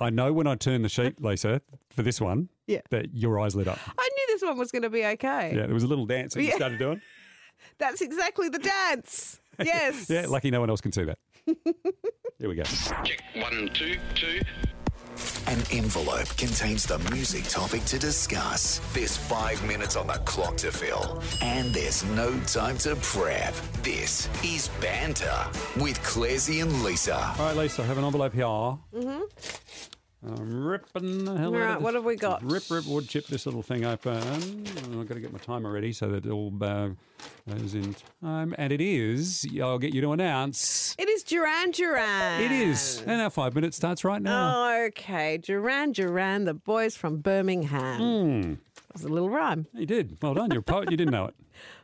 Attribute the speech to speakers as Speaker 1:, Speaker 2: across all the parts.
Speaker 1: I know when I turned the sheet, Lisa, for this one,
Speaker 2: Yeah.
Speaker 1: that your eyes lit up.
Speaker 2: I knew this one was going to be okay.
Speaker 1: Yeah, there was a little dance that you
Speaker 2: Yeah.
Speaker 1: started doing.
Speaker 2: That's exactly the dance. Yes.
Speaker 1: Yeah, lucky no one else can see that. Here we go.
Speaker 3: Check one, two, two.
Speaker 4: An envelope contains the music topic to discuss. There's five minutes on the clock to fill, and there's no time to prep. This is Banter with Clarzy and Lisa.
Speaker 1: All right, Lisa, I have an envelope here. Mm-hmm. I'm ripping the hell
Speaker 2: All
Speaker 1: out
Speaker 2: right,
Speaker 1: of this.
Speaker 2: what have we got?
Speaker 1: Rip, rip, wood chip this little thing open. I've got to get my timer ready so that it all uh, goes in time. And it is, I'll get you to announce,
Speaker 2: It is Duran Duran. Oh,
Speaker 1: it is. And our five minutes starts right now.
Speaker 2: Okay, Duran Duran, the boys from Birmingham.
Speaker 1: Hmm.
Speaker 2: That was a little rhyme.
Speaker 1: You did. Well done. You're a poet. You didn't know it.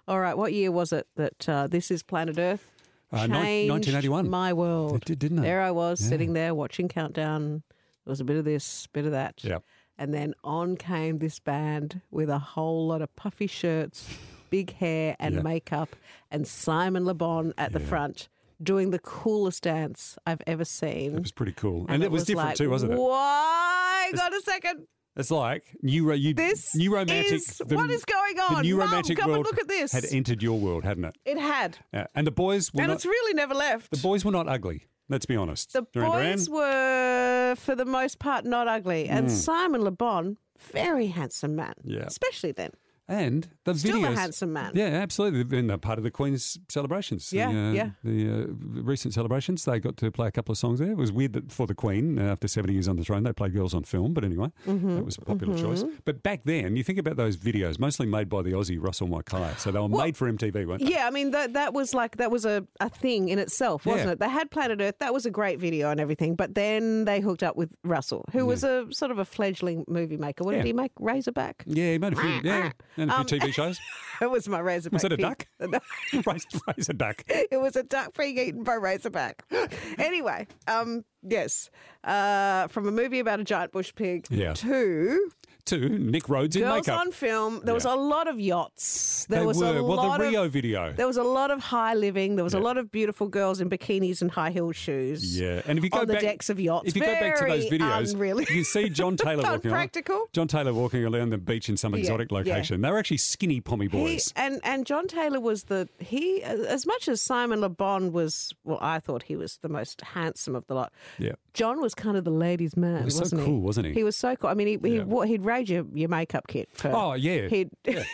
Speaker 2: All right, what year was it that uh, this is Planet Earth?
Speaker 1: Uh, nin-
Speaker 2: Changed
Speaker 1: 1981.
Speaker 2: My world.
Speaker 1: It did, didn't it?
Speaker 2: There I was
Speaker 1: Yeah.
Speaker 2: sitting there watching Countdown. There was a bit of this, bit of that.
Speaker 1: Yep.
Speaker 2: And then on came this band with a whole lot of puffy shirts, big hair, and
Speaker 1: Yeah.
Speaker 2: makeup, and Simon Le Bon at the
Speaker 1: Yeah.
Speaker 2: front doing the coolest dance I've ever seen.
Speaker 1: It was pretty cool. And, it was, different
Speaker 2: like,
Speaker 1: too, wasn't it?
Speaker 2: Why? Got a second.
Speaker 1: It's like new, ro- you,
Speaker 2: This
Speaker 1: new romantic.
Speaker 2: is- what is going
Speaker 1: The
Speaker 2: on?
Speaker 1: new
Speaker 2: Mum,
Speaker 1: romantic
Speaker 2: come and
Speaker 1: world
Speaker 2: look at this.
Speaker 1: had entered your world, hadn't it?
Speaker 2: It had.
Speaker 1: Yeah. And the boys were
Speaker 2: And
Speaker 1: not.
Speaker 2: it's really never left.
Speaker 1: the boys were not ugly. Let's be honest.
Speaker 2: The
Speaker 1: Duran Duran,
Speaker 2: boys were, for the most part, not ugly. And Simon Le Bon, very handsome man.
Speaker 1: Hmm. Yeah.
Speaker 2: Especially then.
Speaker 1: and the
Speaker 2: Still
Speaker 1: videos.
Speaker 2: a handsome man.
Speaker 1: Yeah, absolutely. And they're part of the Queen's celebrations.
Speaker 2: Yeah,
Speaker 1: the,
Speaker 2: yeah.
Speaker 1: The uh, recent celebrations, they got to play a couple of songs there. It was weird that for the Queen, uh, after 70 years on the throne, they played Girls on Film, but anyway,
Speaker 2: Mm-hmm,
Speaker 1: that was a popular choice. But back then, you think about those videos, mostly made by the Aussie Russell Mulcahy. So they were made for MTV, weren't they?
Speaker 2: Yeah, I mean that that was like that was a, a thing in itself, wasn't
Speaker 1: Yeah.
Speaker 2: it? They had Planet Earth, that was a great video and everything, but then they hooked up with Russell, who was a sort of a fledgling movie maker. What
Speaker 1: Yeah.
Speaker 2: did he make? Razorback.
Speaker 1: Yeah, he made a few, yeah, and a
Speaker 2: Um,
Speaker 1: few TV shows.
Speaker 2: It was my Razorback.
Speaker 1: Was it a
Speaker 2: pig.
Speaker 1: duck? raise, raise a duck.
Speaker 2: it was a duck being eaten by Razorback. anyway, um, yes, uh, from a movie about a giant bush pig
Speaker 1: Yeah.
Speaker 2: to
Speaker 1: Two, Nick Rhodes in
Speaker 2: girls
Speaker 1: makeup.
Speaker 2: on film. There was
Speaker 1: Yeah.
Speaker 2: a lot of yachts. There
Speaker 1: they
Speaker 2: was
Speaker 1: were.
Speaker 2: a
Speaker 1: well,
Speaker 2: lot
Speaker 1: the Rio
Speaker 2: of
Speaker 1: video.
Speaker 2: there was a lot of high living. There was
Speaker 1: Yeah.
Speaker 2: a lot of beautiful girls in bikinis and high heel shoes.
Speaker 1: Yeah, and if you go
Speaker 2: on the
Speaker 1: back,
Speaker 2: decks of yachts.
Speaker 1: if you go back to those
Speaker 2: Very
Speaker 1: videos,
Speaker 2: unreal.
Speaker 1: you see John Taylor walking. along-
Speaker 2: Unpractical.
Speaker 1: John Taylor walking around the beach in some
Speaker 2: Yeah,
Speaker 1: exotic
Speaker 2: yeah.
Speaker 1: location. They were actually skinny pommy
Speaker 2: He,
Speaker 1: boys.
Speaker 2: and and John Taylor was the he as much as Simon Le Bon was well I thought he was the most handsome of the lot.
Speaker 1: yeah,
Speaker 2: John was kind of the ladies' man.
Speaker 1: was so
Speaker 2: not
Speaker 1: cool, wasn't he?
Speaker 2: He was so cool. I mean, he, he
Speaker 1: Yeah.
Speaker 2: wore, he'd raid your, your makeup kit. For,
Speaker 1: Oh, yeah.
Speaker 2: He'd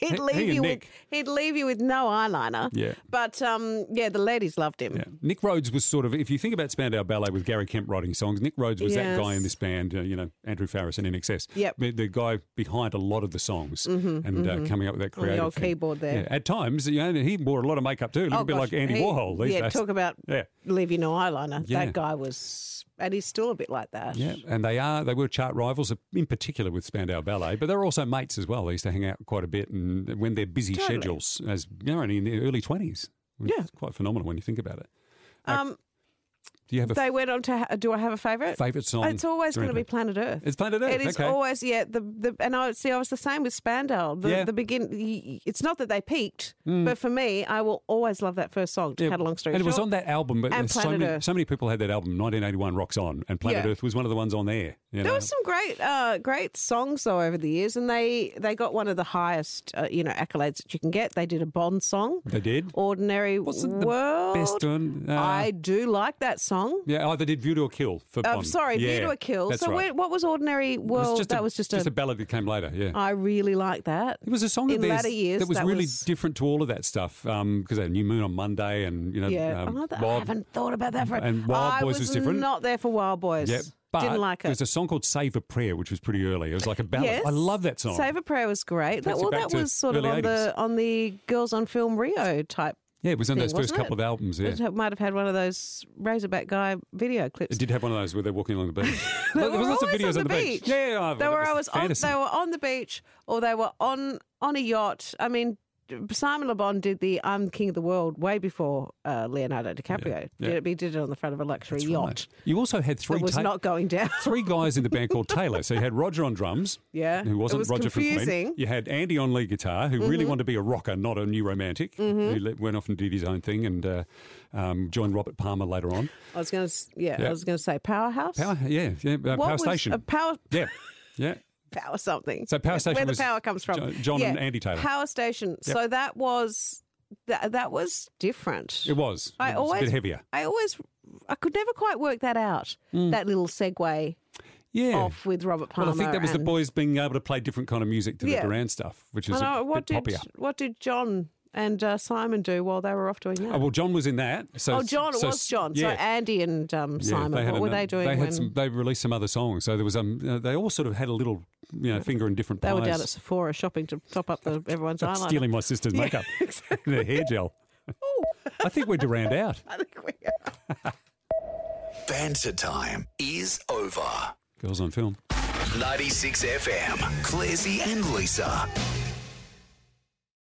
Speaker 1: He-
Speaker 2: he'd leave
Speaker 1: he and
Speaker 2: you
Speaker 1: Nick.
Speaker 2: with he'd leave you with no eyeliner.
Speaker 1: Yeah.
Speaker 2: But um, yeah, the ladies loved him.
Speaker 1: yeah. Nick Rhodes was sort of. If you think about Spandau Ballet with Gary Kemp writing songs, Nick Rhodes was that
Speaker 2: Yes.
Speaker 1: guy in this band. Uh, you know, Andrew Farris and In Excess.
Speaker 2: Yep. Mm-hmm,
Speaker 1: the, the guy behind a lot of the songs and Uh, coming up with that
Speaker 2: On the
Speaker 1: creative
Speaker 2: old
Speaker 1: thing.
Speaker 2: keyboard there.
Speaker 1: Yeah, at times, you know, he wore a lot of makeup too, a little
Speaker 2: Oh,
Speaker 1: bit like
Speaker 2: gosh,
Speaker 1: Andy
Speaker 2: he-
Speaker 1: Warhol. These
Speaker 2: yeah,
Speaker 1: days.
Speaker 2: talk about
Speaker 1: Yeah.
Speaker 2: leave you no eyeliner.
Speaker 1: Yeah.
Speaker 2: That guy was, and he's still a bit like that.
Speaker 1: Yeah, and they are they were chart rivals, in particular with Spandau Ballet, but they're also mates as well. They used to hang out quite a bit, and when they're busy
Speaker 2: Totally.
Speaker 1: schedules, as you know, only in the early twenties.
Speaker 2: Yeah.
Speaker 1: it's quite phenomenal when you think about it.
Speaker 2: Um,
Speaker 1: Do you have a
Speaker 2: they went on to. Ha- do I have a favourite?
Speaker 1: favorite song?
Speaker 2: It's always going
Speaker 1: during
Speaker 2: to be
Speaker 1: the-
Speaker 2: Planet Earth.
Speaker 1: It's Planet Earth.
Speaker 2: It is
Speaker 1: okay.
Speaker 2: always yeah. The the and I see I was the same with Spandau. The,
Speaker 1: Yeah. Mm.
Speaker 2: the begin. y- y- It's not that they peaked, but for me, I will always love that first song. To
Speaker 1: Yeah.
Speaker 2: cut a long story
Speaker 1: and it was
Speaker 2: short.
Speaker 1: on that album, but
Speaker 2: And
Speaker 1: there's so
Speaker 2: Planet
Speaker 1: many,
Speaker 2: Earth.
Speaker 1: so many people had that album. 1981 rocks on, and Planet
Speaker 2: Yeah.
Speaker 1: Earth was one of the ones on there. You
Speaker 2: There
Speaker 1: know?
Speaker 2: were some great, uh, great songs though over the years, and they they got one of the highest, uh, you know, accolades that you can get. They did a Bond song,
Speaker 1: they did.
Speaker 2: "Ordinary
Speaker 1: Wasn't the
Speaker 2: World."
Speaker 1: best one? Uh,
Speaker 2: I do like that song.
Speaker 1: yeah, oh, they did View to a Kill for.
Speaker 2: I'm
Speaker 1: Bond.
Speaker 2: sorry,
Speaker 1: yeah,
Speaker 2: "View to a Kill."
Speaker 1: That's
Speaker 2: So
Speaker 1: right.
Speaker 2: where- what was "Ordinary
Speaker 1: It was
Speaker 2: World"?
Speaker 1: just
Speaker 2: that
Speaker 1: a,
Speaker 2: was just,
Speaker 1: just
Speaker 2: a.
Speaker 1: a ballad that came later. Yeah,
Speaker 2: I really like that.
Speaker 1: It was a song
Speaker 2: In
Speaker 1: of theirs
Speaker 2: latter years,
Speaker 1: that was
Speaker 2: that
Speaker 1: really
Speaker 2: was-
Speaker 1: different to all of that stuff because they had New Moon on Monday and you know
Speaker 2: Yeah,
Speaker 1: um,
Speaker 2: oh, that- I
Speaker 1: Wild-
Speaker 2: haven't thought about that for.
Speaker 1: and Wild
Speaker 2: I
Speaker 1: Boys was different.
Speaker 2: Not there for Wild Boys.
Speaker 1: yeah, but
Speaker 2: didn't like
Speaker 1: There's
Speaker 2: it.
Speaker 1: a song called "Save a Prayer" which was pretty early. It was like a ballad.
Speaker 2: Yes,
Speaker 1: I love that song.
Speaker 2: Save a Prayer was great. That,
Speaker 1: Takes you
Speaker 2: well,
Speaker 1: back
Speaker 2: that
Speaker 1: to
Speaker 2: was sort of
Speaker 1: early
Speaker 2: on
Speaker 1: 80s.
Speaker 2: the on the Girls on Film Rio type.
Speaker 1: yeah, it was on
Speaker 2: thing,
Speaker 1: those first
Speaker 2: wasn't
Speaker 1: couple
Speaker 2: it?
Speaker 1: of albums. Yeah,
Speaker 2: It ha- might have had one of those Razorback guy video clips.
Speaker 1: it did have one of those where they're walking along the beach.
Speaker 2: They
Speaker 1: there
Speaker 2: were
Speaker 1: was lots of
Speaker 2: always
Speaker 1: videos
Speaker 2: on the beach.
Speaker 1: Yeah, yeah, yeah,
Speaker 2: they
Speaker 1: that
Speaker 2: were
Speaker 1: was
Speaker 2: always on,
Speaker 1: fantasy.
Speaker 2: they were on the beach or they were on on a yacht. I mean, Simon Le Bon did the "I'm King of the World" way before uh, Leonardo DiCaprio
Speaker 1: yeah.
Speaker 2: did it. but He did it on the front of a luxury
Speaker 1: That's
Speaker 2: yacht
Speaker 1: right. You also had three
Speaker 2: that was
Speaker 1: ta-
Speaker 2: not going down.
Speaker 1: three guys in the band called Taylor. So you had Roger on drums,
Speaker 2: Yeah.
Speaker 1: who
Speaker 2: It
Speaker 1: wasn't
Speaker 2: was
Speaker 1: Roger from Queen.
Speaker 2: confusing. Mm-hmm.
Speaker 1: You had Andy on lead guitar, who really wanted to be a rocker, not a new romantic, who le- went off and did his own thing and uh, um, joined Robert Palmer later on.
Speaker 2: I was going to, yeah,
Speaker 1: Yeah.
Speaker 2: I was going to say powerhouse.
Speaker 1: Power, yeah, yeah, uh,
Speaker 2: What
Speaker 1: Power
Speaker 2: was
Speaker 1: Station,
Speaker 2: A power,
Speaker 1: yeah, yeah.
Speaker 2: power something.
Speaker 1: So Power
Speaker 2: That's
Speaker 1: Station
Speaker 2: where the
Speaker 1: was
Speaker 2: power comes from.
Speaker 1: Jo- John and Andy Taylor.
Speaker 2: Power Station. So that was that, that was different.
Speaker 1: It was.
Speaker 2: I
Speaker 1: it was
Speaker 2: always
Speaker 1: a bit heavier.
Speaker 2: I always I could never quite work that out. That little
Speaker 1: Mm.
Speaker 2: segue
Speaker 1: Yeah.
Speaker 2: off with Robert Oh, Palmer.
Speaker 1: well, I think that was the
Speaker 2: and-
Speaker 1: boys being able to play different kind of music to
Speaker 2: Yeah.
Speaker 1: the Duran stuff, which is
Speaker 2: I
Speaker 1: a
Speaker 2: know, what
Speaker 1: bit
Speaker 2: did
Speaker 1: poppier.
Speaker 2: what did John and uh, Simon do while they were off doing that?
Speaker 1: Oh, well, John was in that. So,
Speaker 2: Oh, John, it
Speaker 1: so-
Speaker 2: was John.
Speaker 1: Yeah.
Speaker 2: So Andy and um,
Speaker 1: Yeah,
Speaker 2: Simon,
Speaker 1: had
Speaker 2: what were
Speaker 1: an-
Speaker 2: they doing
Speaker 1: They had
Speaker 2: when
Speaker 1: some. They released some other songs. So there was um. uh, They all sort of had a little, you know, finger in different
Speaker 2: they
Speaker 1: pies.
Speaker 2: were down at Sephora shopping to top up the, everyone's eyeliner?
Speaker 1: stealing my sister's makeup, the hair gel.
Speaker 2: Oh.
Speaker 1: I think we're Durand out.
Speaker 2: I think we are.
Speaker 4: Banter time is over.
Speaker 1: Girls on film.
Speaker 4: 96 FM, Classy and Lisa.